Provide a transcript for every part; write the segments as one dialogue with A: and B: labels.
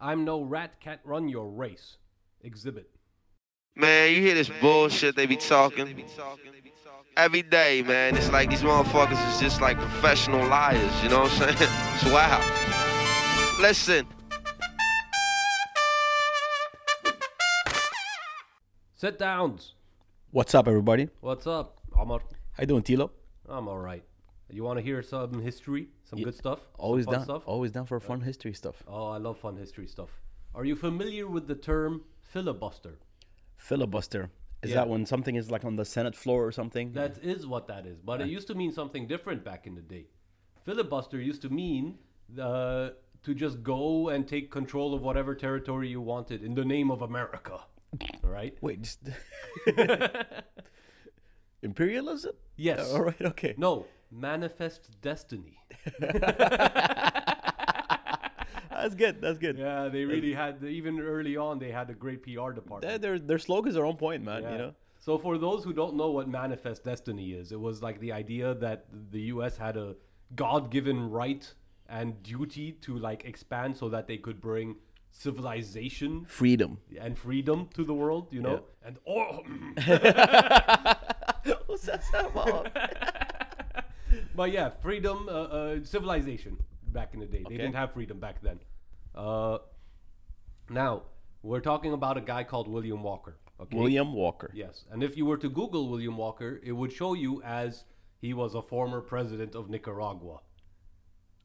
A: I'm no rat, can't run your race. Exhibit.
B: Man, you hear this bullshit they be talking every day, man. It's like these motherfuckers is just like professional liars, you know what I'm saying? It's wow. Listen.
A: Sit downs.
C: What's up, everybody?
A: What's up? Omar.
C: How you doing, Tilo?
A: I'm all right. You want to hear some history, some
C: Yeah.
A: good stuff? Some
C: Always
A: fun
C: down.
A: Stuff?
C: Always down for fun history stuff.
A: Oh, I love fun history stuff. Are you familiar with the term filibuster?
C: Filibuster. Is
A: Yeah.
C: that when something is like on the Senate floor or something?
A: That is what that is, but it used to mean something different back in the day. Filibuster used to mean uh, to just go and take control of whatever territory you wanted in the name of America, right?
C: Wait, just imperialism?
A: Yes.
C: All right. Okay.
A: No, manifest destiny.
C: That's good. That's good.
A: Yeah, they really had even early on they had a great PR department.
C: Their- Their their slogans are on point, man. You
A: Yeah.
C: know.
A: So for those who don't know what manifest destiny is, it was like the idea that the US had a god-given right and duty to like expand so that they could bring civilization
C: Freedom.
A: and freedom to the world, you know? And oh,
C: What's that sound about?
A: but yeah, freedom, uh, uh, civilization back in the day. They
C: Okay.
A: didn't have freedom back then. Uh, now, we're talking about a guy called William Walker. Okay?
C: William Walker.
A: Yes, and if you were to Google William Walker, it would show you as he was a former president of Nicaragua.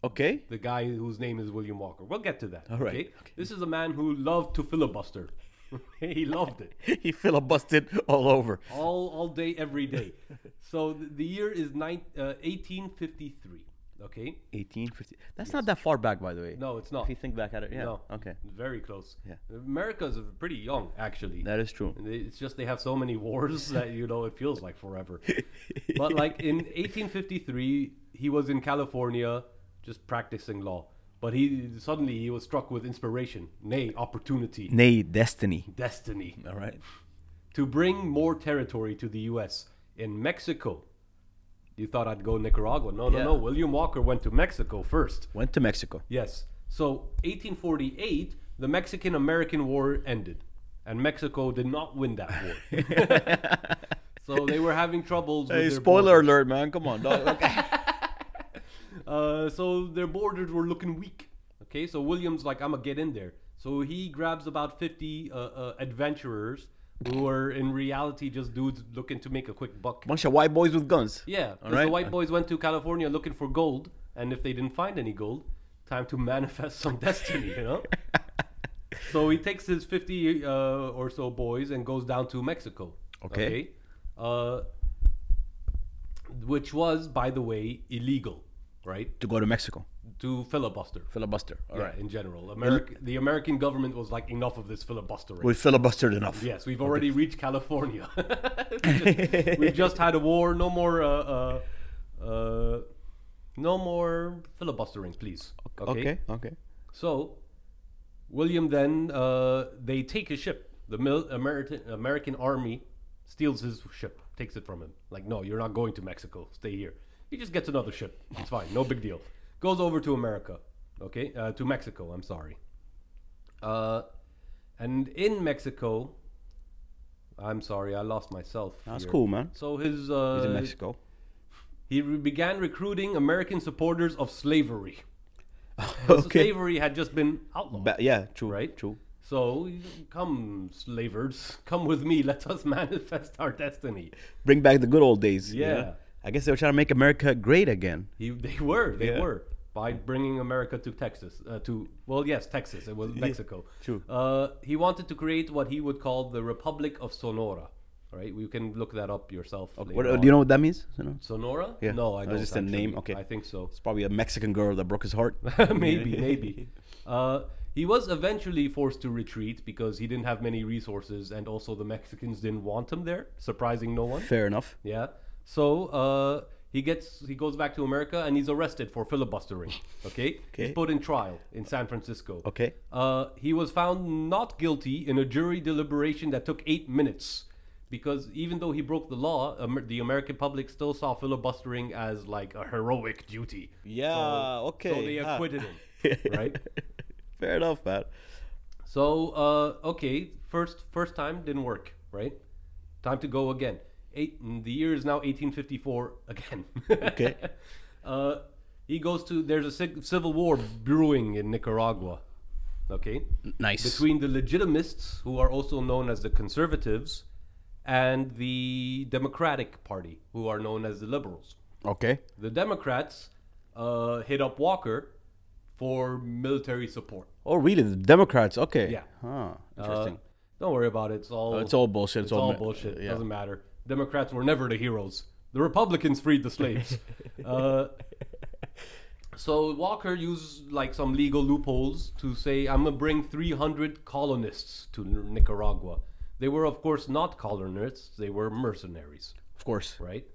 C: Okay.
A: The guy whose name is William Walker. We'll get to that.
C: All right, okay.
A: This is a man who loved to filibuster. he loved it
C: he filibustered all over.
A: all all day every day. So th- the year is nine, uh, 1853. Okay.
C: 1850. That's not that far back, by the way.
A: No, it's not.
C: If you think back at it, yeah.
A: No.
C: Okay.
A: Very close.
C: Yeah.
A: America's pretty young actually.
C: That is true.
A: And they- It's just they have so many wars that you know it feels like forever. but like in 1853, he was in California just practicing law. But he suddenly he was struck with inspiration, nay, opportunity,
C: Nay, destiny.
A: destiny
C: All right.
A: to bring more territory to the U.S. in Mexico. You thought I'd go Nicaragua? No, no,
C: Yeah.
A: no. William Walker went to Mexico first.
C: Went to Mexico.
A: Yes. So 1848, the Mexican American War ended, and Mexico did not win that war. so they were having troubles.
C: Hey,
A: with their
C: spoiler
A: borders.
C: alert, man. Come on, dog. Okay.
A: Uh, so their borders were looking weak. Okay, so William's like, I'm gonna get in there. So he grabs about 50 uh, uh, adventurers who are in reality just dudes looking to make a quick buck.
C: Bunch of white boys with guns.
A: Yeah, 'cause
C: right.
A: the white boys went to California looking for gold, and if they didn't find any gold, time to manifest some destiny, you know? so he takes his 50 uh, or so boys and goes down to Mexico.
C: Okay.
A: Uh, which was, by the way, illegal, right?
C: To go to Mexico.
A: To filibuster.
C: Filibuster. All
A: Yeah,
C: right.
A: in general. America, the American government was like, enough of this filibustering.
C: We filibustered enough.
A: Yes, we've already reached California. We've just- we've just had a war. No more. Uh, uh, uh, no more filibustering, please.
C: Okay. Okay.
A: So, William then uh, they take his ship. The mil- American American army steals his ship, takes it from him. Like, no, you're not going to Mexico. Stay here. He just gets another ship. It's fine. No big deal. Goes over to America. Okay, uh, to Mexico. I'm sorry. Uh, and in Mexico, I'm sorry, I lost myself.
C: That's
A: here.
C: cool, man.
A: So his uh,
C: He's in Mexico.
A: he re- began recruiting American supporters of slavery.
C: okay.
A: Slavery had just been outlawed.
C: Ba- yeah. True.
A: Right?
C: True.
A: So come, slavers, come with me. Let us manifest our destiny.
C: Bring back the good old days. you
A: Yeah.
C: know? I guess they were trying to make America great again.
A: He, they were, they
C: Yeah.
A: were by bringing America to Texas. Uh, to well, yes, Texas. It was Mexico.
C: true.
A: Uh, he wanted to create what he would call the Republic of Sonora. Right? You can look that up yourself. later
C: What, uh,
A: on.
C: do you know what that means? You know?
A: Sonora?
C: Yeah.
A: No, I
C: That's
A: don't.
C: just a name?
A: actually.
C: Okay.
A: I think so.
C: It's probably a Mexican girl that broke his heart.
A: maybe, maybe. Uh, he was eventually forced to retreat because he didn't have many resources, and also the Mexicans didn't want him there, surprising no one.
C: Fair enough.
A: Yeah. So uh, he gets he goes back to America and he's arrested for filibustering. Okay. He's
C: Okay.
A: put in trial in San Francisco.
C: Okay.
A: Uh, he was found not guilty in a jury deliberation that took eight minutes, because even though he broke the law, Amer- the American public still saw filibustering as like a heroic duty.
C: Yeah. Ah.
A: So they acquitted him. right.
C: Fair enough, man.
A: So uh, okay, first first time didn't work, right? Time to go again. Eight, the year is now 1854 again.
C: Okay.
A: uh, he goes to there's a civ- civil war brewing in Nicaragua. Okay.
C: Nice.
A: Between the legitimists, who are also known as the conservatives, and the Democratic Party, who are known as the liberals
C: okay.
A: the Democrats uh, hit up Walker for military support.
C: Oh, really? The Democrats? Okay.
A: Yeah.
C: Huh.
A: Uh,
C: Interesting. Oh,
A: don't worry about it. It's all
C: it's all bullshit. It's
A: It's
C: all
A: all
C: ma-
A: bullshit.
C: yeah.
A: Doesn't matter. Democrats were never the heroes. The Republicans freed the slaves. uh, so Walker used like some legal loopholes to say, "I'm gonna bring 300 colonists to Nicaragua." They were, of course, not colonists. They were mercenaries.
C: of course.
A: right?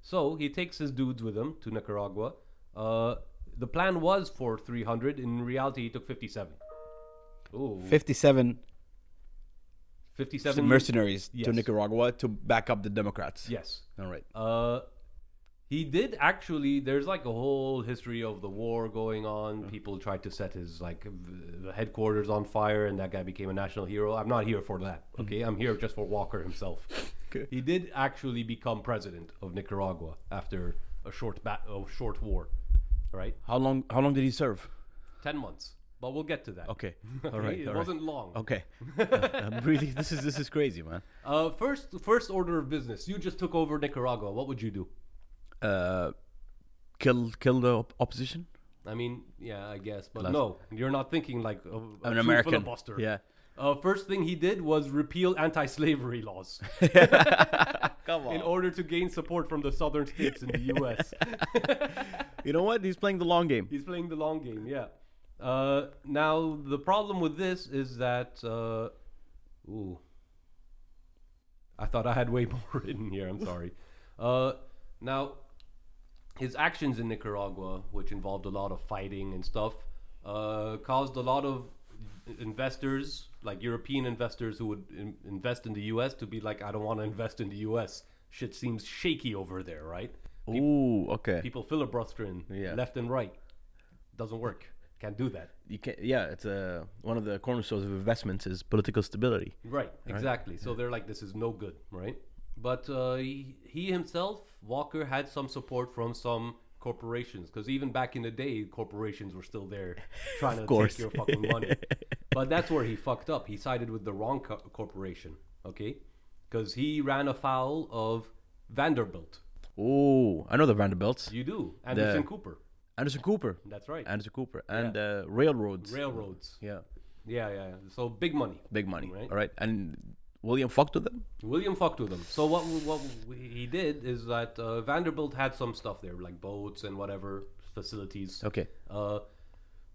A: So he takes his dudes with him to Nicaragua. Uh, the plan was for 300. In reality, he took 57. Ooh,
C: 57
A: 57
C: mercenaries to
A: Yes.
C: Nicaragua to back up the Democrats.
A: Yes.
C: All right.
A: Uh, he did actually. There's like a whole history of the war going on. People tried to set his like v- headquarters on fire, and that guy became a national hero. I'm not here for that. Okay, I'm here just for Walker himself.
C: Mm-hmm. Okay.
A: He did actually become president of Nicaragua after a short bat, a short war, right?
C: How long how long did he serve?
A: 10 months. But we'll get to that.
C: Okay.
A: Okay,
C: All right.
A: It
C: all right. Oh.
A: wasn't long.
C: Okay. Uh, I'm really this is this is crazy, man.
A: Uh, first, first order of business. You just took over Nicaragua. What would you do?
C: Uh kill kill the op- opposition?
A: I mean, yeah, I guess, but no, you're not thinking like of, of
C: An
A: true
C: American.
A: filibuster.
C: Yeah.
A: Uh, first thing he did was repeal anti-slavery laws
C: Come
A: in order to gain support from the southern states in the U.S.
C: You know what? He's playing the long game.
A: He's playing the long game, yeah. Uh, now the problem with this is that, uh, ooh, I thought I had way more in here. I'm sorry. Uh, now, his actions in Nicaragua, which involved a lot of fighting and stuff, uh, caused a lot of investors, like European investors who would in- invest in the U.S., to be like, "I don't want to invest in the U.S. Shit seems shaky over there, right?"
C: Ooh, okay.
A: people filibustering
C: Yeah.
A: left and right. Doesn't work. Can't do that.
C: You can yeah, it's uh, one of the cornerstones of investments is political stability.
A: Right, exactly. So they're like, this is no good, right? But uh, he, he himself, Walker, had some support from some corporations because even back in the day, corporations were still there trying to
C: course.
A: take your fucking money. but that's where he fucked up. He sided with the wrong co- corporation, okay? Because he ran afoul of Vanderbilt.
C: Ooh, I know the Vanderbilts.
A: You do, Anderson Cooper.
C: Anderson Cooper.
A: That's right.
C: Anderson Cooper and uh, railroads.
A: Railroads.
C: yeah,
A: Yeah, yeah. yeah. So big money.
C: big money.
A: Right.
C: All right, and William fucked with them.
A: William fucked with them. So what what he did is that uh, Vanderbilt had some stuff there, like boats and whatever facilities.
C: Okay.
A: Uh,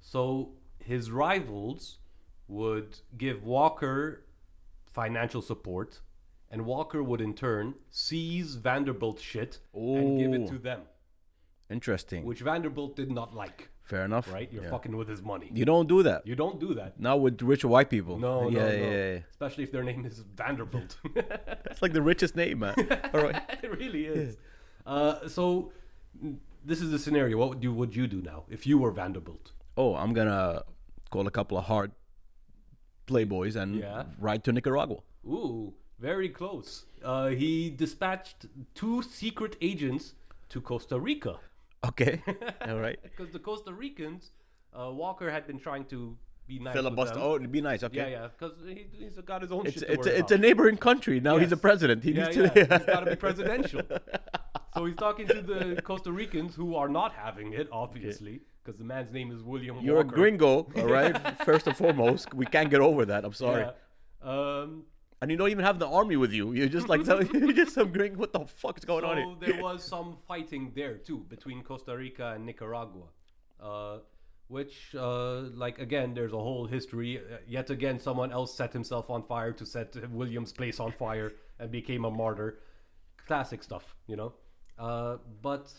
A: so his rivals would give Walker financial support, and Walker would in turn seize Vanderbilt shit and give it
C: Ooh.
A: to them,
C: Interesting.
A: which Vanderbilt did not like.
C: Fair enough.
A: Right? You're
C: Yeah.
A: fucking with his money.
C: You don't do that.
A: You don't do that.
C: Not with rich white people.
A: No,
C: yeah,
A: no,
C: yeah,
A: no.
C: yeah, yeah.
A: Especially if their name is Vanderbilt.
C: That's like the richest name, man. All right.
A: it really is. Uh, so n- this is the scenario. What would you would you do now if you were Vanderbilt?
C: Oh, I'm gonna call a couple of hard playboys and
A: Yeah.
C: ride to Nicaragua.
A: Ooh, very close. Uh, he dispatched two secret agents to Costa Rica
C: Okay. All right.
A: because the Costa Ricans, uh, Walker had been trying to be nice. with
C: Filibuster.
A: them.
C: Oh, it'd be nice. Okay.
A: Yeah, yeah, because he, he's got his own
C: It's
A: shit to
C: it's
A: worry
C: it's
A: about.
C: a neighboring country. Now he's
A: Yes.
C: a president. He
A: yeah,
C: needs
A: yeah.
C: to.
A: He's got to be presidential. so he's talking to the Costa Ricans who are not having it, obviously, because the man's name is William
C: You're
A: Walker.
C: a gringo, all right. First and foremost, we can't get over that. I'm sorry.
A: Yeah. Um,
C: and you don't even have the army with you. You're just like some, you're just some green. What the fuck is going on
A: so
C: here?
A: there was some fighting there too between Costa Rica and Nicaragua, uh, which, uh, like again, there's a whole history. Uh, Yet again, someone else set himself on fire to set William's place on fire and became a martyr. Classic stuff, you know. Uh, but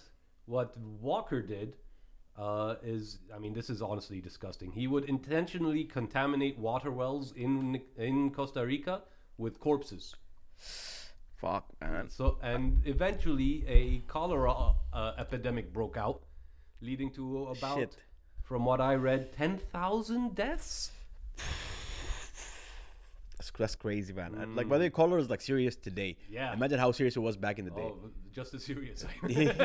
A: what Walker did. Uh, is I mean this is honestly disgusting. He would intentionally contaminate water wells in in Costa Rica with corpses.
C: Fuck, man.
A: So, and eventually a cholera uh, epidemic broke out, leading to about,
C: Shit.
A: from what I read, 10,000 deaths?
C: That's that's crazy, man. And, Like by the way, color is like serious today.
A: Mm. Yeah.
C: Imagine how serious it was back in the day.
A: Oh, just as serious.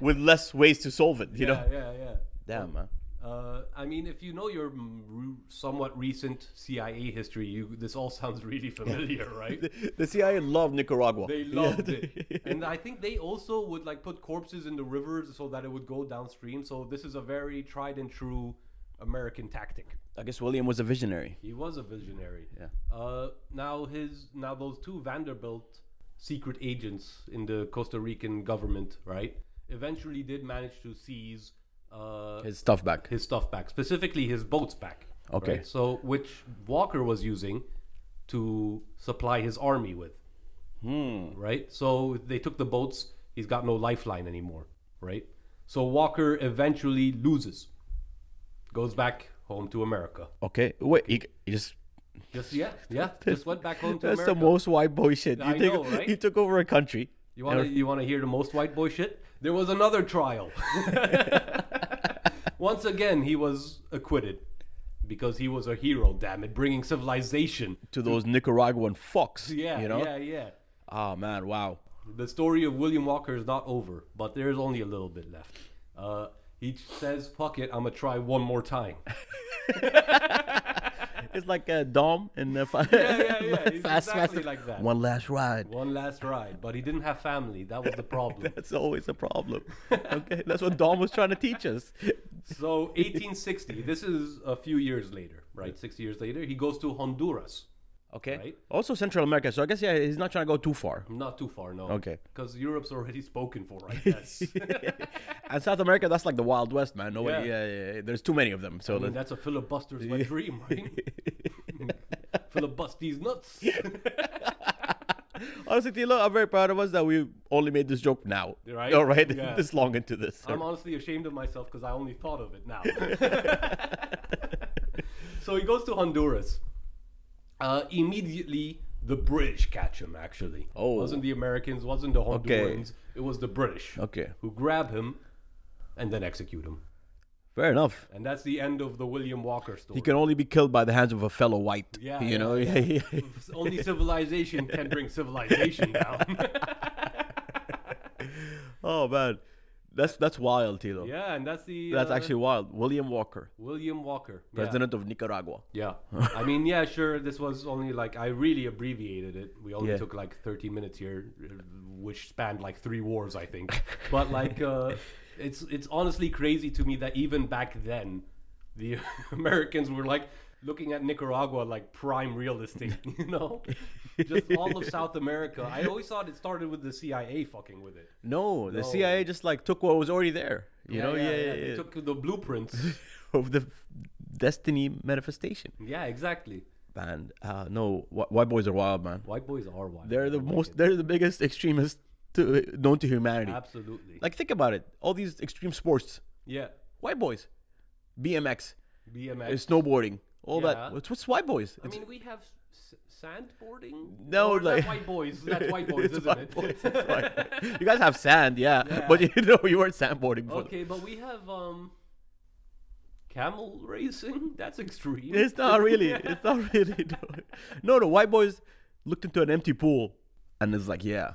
C: With less ways to solve it, you
A: yeah,
C: know.
A: yeah, yeah.
C: Damn, man.
A: Uh, I mean, if you know your mm, re- somewhat recent CIA history, you this all sounds really familiar, right?
C: The, the CIA loved Nicaragua.
A: They
C: Yeah.
A: loved it, and I think they also would like put corpses in the rivers so that it would go downstream. So this is a very tried and true American tactic.
C: I guess William was a visionary.
A: He was a visionary.
C: Yeah.
A: Uh, now his now those two Vanderbilt secret agents in the Costa Rican government, right? Eventually, did manage to seize uh,
C: His stuff back.
A: his stuff back, specifically his boats back.
C: Okay.
A: right? So which Walker was using to supply his army with. Hmm. Right? So they took the boats, he's got no lifeline anymore, right? So Walker eventually loses. Goes back home to America.
C: Okay, wait, he, he just.
A: Just yeah, yeah, just went back home to
C: That's
A: America.
C: the most white boy shit. You
A: I
C: take,
A: know, right?
C: He took over a country.
A: You want to you want to hear the most white boy shit? There was another trial. Once again, he was acquitted because he was a hero. Damn it, bringing civilization.
C: to those Nicaraguan fucks.
A: Yeah,
C: you know.
A: yeah, yeah.
C: Oh man, wow.
A: The story of William Walker is not over, but there's only a little bit left. Uh, he says, "Fuck it, I'm gonna try one more time."
C: It's like a Dom and the fa-
A: yeah, yeah, it's exactly
C: and-
A: like that.
C: One last ride.
A: One last ride, but he didn't have family. That was the problem.
C: That's always a problem. Okay, that's what Dom was trying to teach us.
A: So 1860. This is a few years later, right? Six years later, he goes to Honduras.
C: Okay.
A: Right.
C: Also Central America, so I guess yeah, he's not trying to go too far.
A: Not too far, no.
C: Okay.
A: Because Europe's already spoken for, I guess.
C: and South America, that's like the Wild West, man. Nobody,
A: Yeah.
C: yeah, yeah, yeah. There's too many of them. So
A: I mean, that's
C: that's
A: a filibuster's wet dream, right? Filibust these nuts.
C: honestly, Tilo, I'm very proud of us that we only made this joke now.
A: Right?
C: All right.
A: Yeah.
C: this long into this. so-
A: I'm honestly ashamed of myself because I only thought of it now. so he goes to Honduras. Uh, immediately, the British catch him, actually.
C: Oh.
A: Wasn't the Americans, wasn't the
C: Okay.
A: Hondurans. It was the British.
C: Okay.
A: Who grab him and then execute him.
C: Fair enough.
A: And that's the end of the William Walker story.
C: He can only be killed by the hands of a fellow white.
A: Yeah,
C: You
A: yeah,
C: know. yeah.
A: Only civilization can bring civilization down.
C: oh man, that's that's wild, Tilo.
A: yeah, and that's the
C: That's
A: uh,
C: actually wild. William Walker,
A: William Walker, Yeah.
C: president of Nicaragua.
A: Yeah, I mean, yeah, sure. This was only like I really abbreviated it. We only
C: Yeah.
A: took like thirty minutes here, uh, which spanned like three wars, I think. But like, uh, it's it's honestly crazy to me that even back then, the Americans were like looking at Nicaragua like prime real estate, you know, just all of South America. I always thought it started with the CIA fucking with it.
C: No, the CIA just like took what was already there. You know, yeah, yeah,
A: They
C: yeah.
A: took the blueprints.
C: of the f- destiny manifestation.
A: yeah, exactly.
C: Man, uh, no, wh- white boys are wild, man.
A: White boys are wild.
C: They're the most. They're the biggest extremists to, known to humanity.
A: absolutely.
C: Like, think about it. All these extreme sports,
A: yeah,
C: white boys, BMX, uh,
A: BMX.
C: snowboarding, all
A: Yeah.
C: that. What's, what's white boys?
A: I
C: It's-
A: mean, we have s- sandboarding.
C: No,
A: Or is that
C: like-
A: white boys. That's white boys,
C: It's
A: isn't
C: white
A: it?
C: boys, it's white boys. You guys have sand, yeah, but you know you weren't sandboarding. Before.
A: okay, but we have um, camel racing. That's extreme.
C: It's not really. It's not really. No. no, the white boys looked into an empty pool and it's like, yeah,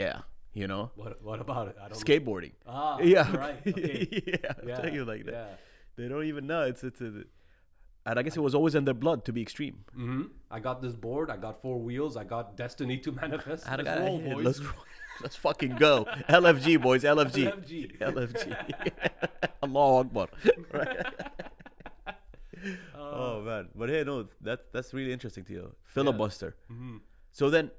C: yeah, you know,
A: What, what about it? I don't. know.
C: skateboarding.
A: Oh, Ah,
C: yeah,
A: Right. Okay.
C: yeah, I'm
A: Yeah,
C: telling you like that.
A: yeah.
C: They don't even know. It's it's. A, and I guess it was always in their blood to be extreme.
A: hmm I got this board. I got four wheels. I got destiny to manifest.
C: I
A: Let's
C: gotta-
A: roll,
C: yeah,
A: boys.
C: Let's, roll. let's fucking go. LFG, boys. LFG.
A: LFG.
C: LFG. Allah Akbar. Right. oh, man. But hey, no, that, that's really interesting, Theo. Filibuster.
A: Mm-hmm.
C: So then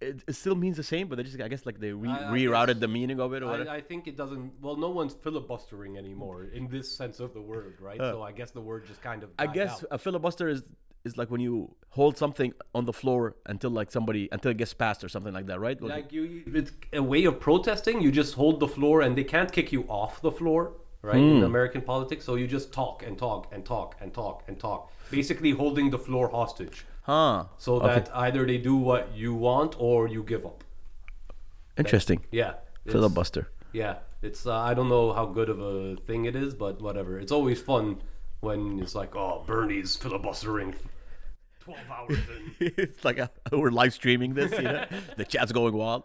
C: it, it still means the same, but they just, I guess, like they re-
A: I- I
C: rerouted
A: guess-
C: the meaning of it or whatever.
A: I, I think it doesn't. Well, no one's filibustering anymore in this sense of the word, right? so I guess the word just kind of.
C: I,
A: died
C: guess
A: out.
C: a filibuster is is like when you hold something on the floor until like somebody until it gets passed or something like that, right? Like-
A: Like you, it's a way of protesting. You just hold the floor, and they can't kick you off the floor, right?
C: Hmm.
A: In American politics, so you just talk and talk and talk and talk and talk, basically holding the floor hostage,
C: huh.
A: so that either they do what you want or you give up.
C: Interesting.
A: Yeah, it's-
C: Filibuster.
A: Yeah, it's uh, I don't know how good of a thing it is, but whatever. It's always fun when it's like, oh, Bernie's filibustering. 12 hours in.
C: it's like a, we're live streaming this. You know? the chat's going wild.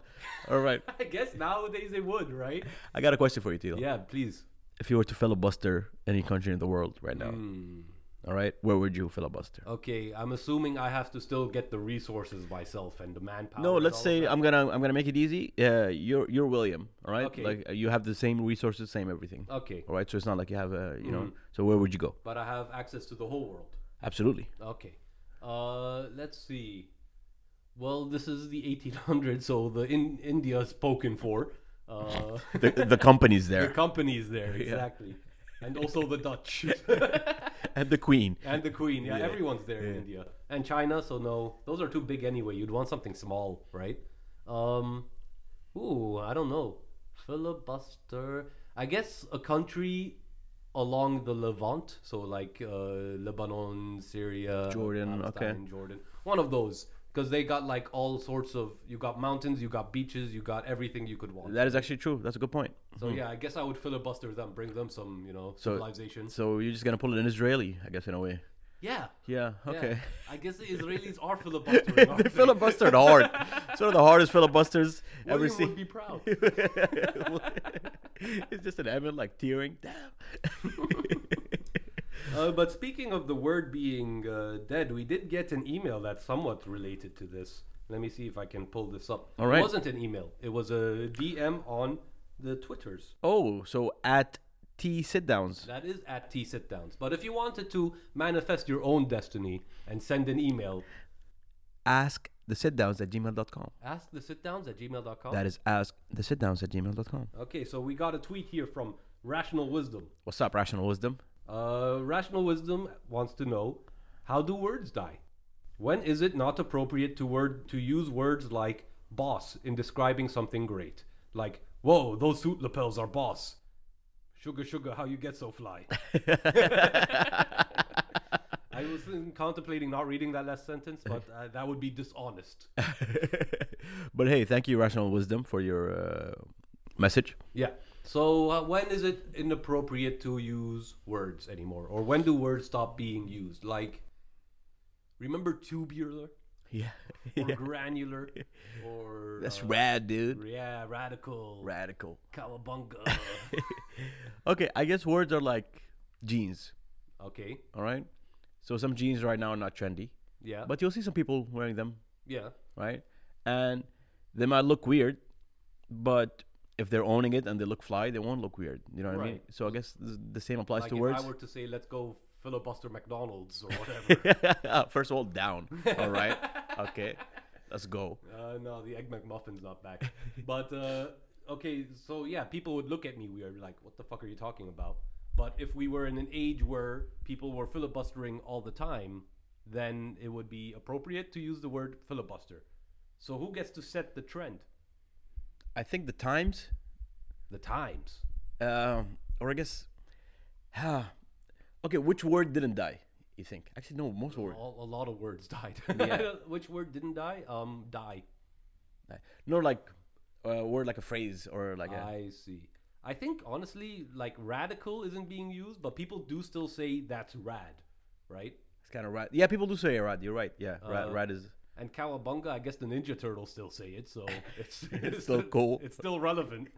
C: All right,
A: I guess nowadays they would, right?
C: I got a question for you, Tilo.
A: Yeah, please.
C: If you were to filibuster any country in the world right now,
A: Hmm.
C: all right, where would you filibuster?
A: Okay, I'm assuming I have to still get the resources myself and the manpower.
C: No,
A: and
C: let's
A: all of
C: say
A: that.
C: I'm gonna I'm gonna make it easy. Uh, you're you're William, all right?
A: Okay. Uh,
C: Like uh, you have the same resources, same everything.
A: Okay,
C: All right, so it's not like you have a you
A: Hmm.
C: know. So where would you go?
A: but I have access to the whole world.
C: Absolutely.
A: Okay. Uh, let's see. Well, this is the 1800s, so the in India is spoken for. Uh,
C: The, the company's
A: the
C: there
A: companies there exactly, and also the Dutch
C: and the queen.
A: and the Queen. Yeah, everyone's there in India and China. So no, those are too big anyway. You'd want something small, right? Um, ooh, I don't know. Filibuster. I guess a country along the Levant, so like uh, Lebanon, Syria,
C: Jordan, okay.
A: Palestine, Jordan. One of those, because they got like all sorts of. You got mountains, you got beaches, you got everything you could want.
C: That is actually true. That's a good point.
A: so yeah, I guess I would filibuster them, bring them some, you know, civilization.
C: Hmm. So you're just gonna pull an Israeli, I guess, in a way.
A: yeah.
C: Yeah.
A: yeah.
C: Okay.
A: I guess the Israelis are filibustering. aren't
C: they filibustered hard. It's one of the hardest filibusters
A: William
C: ever
A: would
C: seen.
A: be proud.
C: it's just an admin like tearing. Damn.
A: Uh, but speaking of the word being uh, dead, we did get an email that's somewhat related to this. Let me see if I can pull this up.
C: All right.
A: It wasn't an email. It was a DM on the Twitters.
C: Oh, so at T sit downs.
A: That is at T sit downs. But if you wanted to manifest your own destiny and send an email,
C: Ask the sit downs at gmail.com.
A: ask the sit downs at gmail.com.
C: That is ask the sit downs at gmail.com.
A: Okay, so we got a tweet here from Rational Wisdom.
C: What's up, Rational Wisdom?
A: Uh, Rational Wisdom wants to know how do words die? When is it not appropriate to word to use words like boss in describing something great? Like, whoa, those suit lapels are boss. Sugar, sugar, how you get so fly? I was uh, contemplating not reading that last sentence, but uh, that would be dishonest.
C: but hey, thank you, Rational Wisdom, for your uh, message.
A: Yeah. So, uh, when is it inappropriate to use words anymore? Or when do words stop being used? Like, remember tubular?
C: Yeah.
A: or granular or
C: That's
A: uh,
C: rad, dude.
A: yeah radical
C: Radical.
A: cowabunga
C: Okay, I guess words are like jeans,
A: okay
C: all right? So some jeans right now are not trendy,
A: yeah
C: but you'll see some people wearing them
A: yeah
C: right? And they might look weird, but if they're owning it and they look fly, they won't look weird. You know what I mean?
A: Right.
C: So I guess th- the same applies
A: like
C: to
A: if
C: words.
A: i were to say let's go filibuster mcdonald's or whatever
C: First of all, down. All right. Okay. Let's go.
A: uh, no the egg mcmuffin's not back but uh, okay so yeah people would look at me weird like what the fuck are you talking about but if we were in an age where people were filibustering all the time then it would be appropriate to use the word filibuster so who gets to set the trend
C: I think the times,
A: the times
C: um, or I guess, ah, okay, which word didn't die? You think? Actually, no, most words.
A: All, a lot of words died. Which word didn't die? Um, die.
C: die. No, like a word like a phrase or like a.
A: I see. I think honestly, like radical isn't being used, but people do still say that's rad, right?
C: It's kind of rad. Yeah, people do say rad. You're right. Yeah, rad,
A: Uh,
C: rad is.
A: And cowabunga, I guess the Ninja Turtles still say it, so it's, it's
C: still cool.
A: It's still relevant.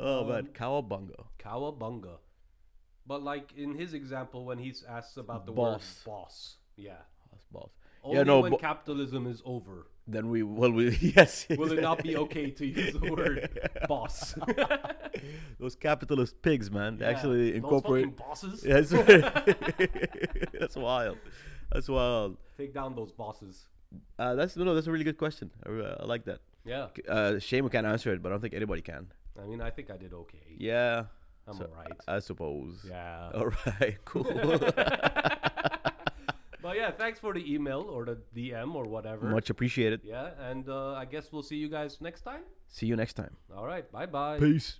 C: Oh, but cowabunga.
A: cowabunga, but like in his example, when he's asked about the
C: Boss.
A: word boss, yeah.
C: That's balls.
A: Only
C: yeah, no,
A: when
C: bo-
A: capitalism is over
C: then we well we yes
A: will it not be okay to use the word boss.
C: those capitalist pigs man they
A: Yeah,
C: actually
A: those
C: incorporate
A: fucking bosses.
C: Yes. that's wild that's wild
A: Take down those bosses.
C: uh, that's no, no that's a really good question I, re- I like that
A: Yeah.
C: uh, shame we can't answer it but I don't think anybody can
A: I mean, I think I did okay.
C: yeah
A: I'm alright.
C: I suppose
A: Yeah.
C: all right cool
A: But yeah, thanks for the email or the DM or whatever.
C: much appreciated
A: Yeah, and uh, I guess we'll see you guys next time.
C: see you next time
A: All right. Bye bye.
C: peace